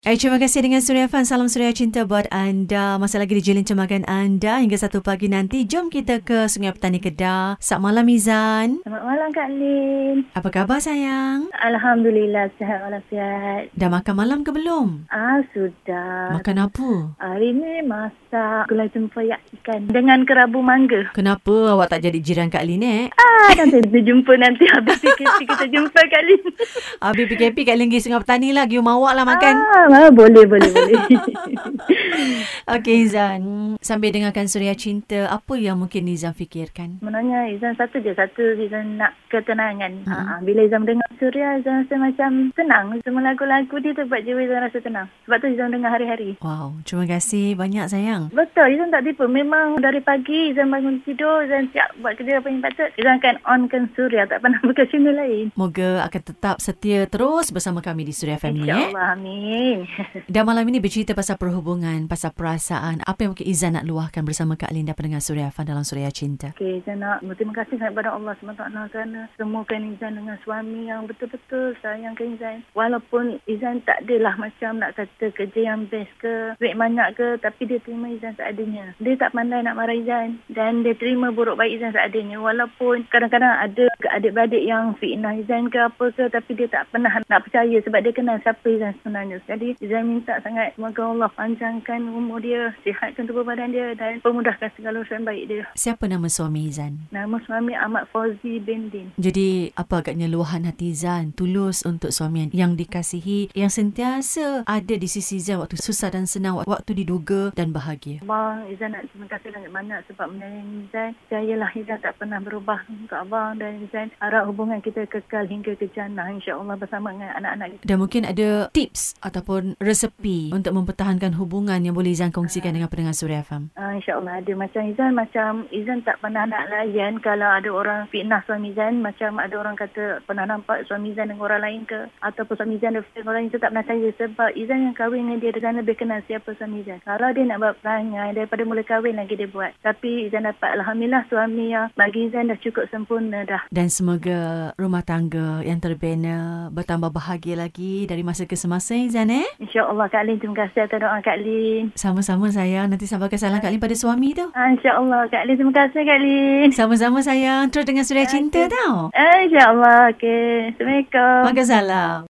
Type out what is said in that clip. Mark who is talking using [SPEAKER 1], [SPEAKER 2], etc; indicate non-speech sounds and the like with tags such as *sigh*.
[SPEAKER 1] Eh, terima kasih dengan Surya Fan. Salam Surya Cinta buat anda. Masa lagi di jilin cemagan anda hingga satu pagi nanti. Jom kita ke Sungai Petani Kedah. Selamat malam, Izan.
[SPEAKER 2] Selamat malam Kak Lin.
[SPEAKER 1] Apa khabar, sayang?
[SPEAKER 2] Alhamdulillah sihat walafiat.
[SPEAKER 1] Dah makan malam ke belum?
[SPEAKER 2] Ah sudah.
[SPEAKER 1] Makan apa?
[SPEAKER 2] Hari ni masak gulai tempoyak ikan dengan kerabu mangga.
[SPEAKER 1] Kenapa awak tak jadi jiran Kak Lin, eh?
[SPEAKER 2] Ah nanti kita jumpa nanti habis PKP kita jumpa Kak Lin.
[SPEAKER 1] Habis PKP Kak Lin pergi Sungai Petani lah. Gium awak lah makan.
[SPEAKER 2] Ah, ah boleh boleh boleh. *laughs*
[SPEAKER 1] Okey, Izan. Hmm, Sambil dengarkan Surya Cinta, apa yang mungkin Izan fikirkan?
[SPEAKER 2] Sebenarnya Izan satu je Satu Izan nak ketenangan mm-hmm. ha, Bila Izan mendengar Surya Izan rasa macam tenang Semua lagu-lagu dia tu buat jiwa Izan rasa tenang Sebab tu Izan dengar hari-hari
[SPEAKER 1] Wow, terima kasih banyak, sayang.
[SPEAKER 2] Betul Izan tak tipu Memang dari pagi Izan bangun tidur Izan siap buat kerja apa yang patut Izan akan onkan Surya Tak pernah *laughs* buka channel lain
[SPEAKER 1] Moga akan tetap setia terus bersama kami di Surya Family, eh?
[SPEAKER 2] InsyaAllah Ya amin *laughs*
[SPEAKER 1] Dan malam ini bercerita pasal perhubungan, pasal perasaan. Apa yang mungkin Izan nak luahkan bersama Kak Linda pendengar Surya Fan dalam Surya Cinta?
[SPEAKER 2] Okay, Izan nak berterima kasih sangat kepada Allah SWT kerana semukan Izan dengan suami yang betul-betul sayangkan Izan. Walaupun Izan tak adalah macam nak kata kerja yang best ke, duit banyak ke, tapi dia terima Izan seadanya. Dia tak pandai nak marah Izan dan dia terima buruk baik Izan seadanya. Walaupun kadang-kadang ada adik-beradik yang fitnah Izan ke apa ke, tapi dia tak pernah nak percaya sebab dia kenal siapa Izan sebenarnya. Jadi Izan minta sangat semoga Allah panjangkan umur dia, sihatkan tubuh badan dia dan pemudahkan segala urusan baik dia.
[SPEAKER 1] Siapa nama suami Izan?
[SPEAKER 2] Nama suami Ahmad Fauzi bin Din.
[SPEAKER 1] Jadi, apa agaknya luahan hati Izan tulus untuk suami yang dikasihi, yang sentiasa ada di sisi Izan waktu susah dan senang, wak- waktu diduga dan bahagia.
[SPEAKER 2] Abang, Izan nak terima kasih sangat banyak sebab menyayangi Izan. Percayalah Izan lah tak pernah berubah untuk abang dan Izan harap hubungan kita kekal hingga ke jannah insyaAllah bersama dengan anak-anak kita.
[SPEAKER 1] Dan mungkin ada tips ataupun resepi untuk mempertahankan hubungan yang boleh Izan kongsikan dengan pendengar Surya FM.
[SPEAKER 2] Uh, InsyaAllah ada macam Izan macam Izan tak pernah nak layan kalau ada orang fitnah suami Izan macam ada orang kata pernah nampak suami Izan dengan orang lain ke ataupun suami Izan ada dengan orang lain Izan tak pernah tanya sebab Izan yang kahwin dengan dia Izan lebih kenal siapa suami Izan kalau dia nak buat perangai daripada mula kahwin lagi dia buat tapi Izan dapat Alhamdulillah suami yang bagi Izan dah cukup sempurna dah
[SPEAKER 1] Dan semoga rumah tangga yang terbina bertambah bahagia lagi dari masa ke semasa Izan eh.
[SPEAKER 2] insyaAllah Kak Lin terima kasih atas doa Kak Lin
[SPEAKER 1] Sama-sama sayang, nanti sampaikan salam Kak Lin pada suami tu.
[SPEAKER 2] uh, insyaAllah Kak Lin terima kasih Kak Lin
[SPEAKER 1] Sama-sama sayang, terus dengan Surya Cinta tau.
[SPEAKER 2] uh, insyaAllah okay. Assalamualaikum
[SPEAKER 1] Makan salam.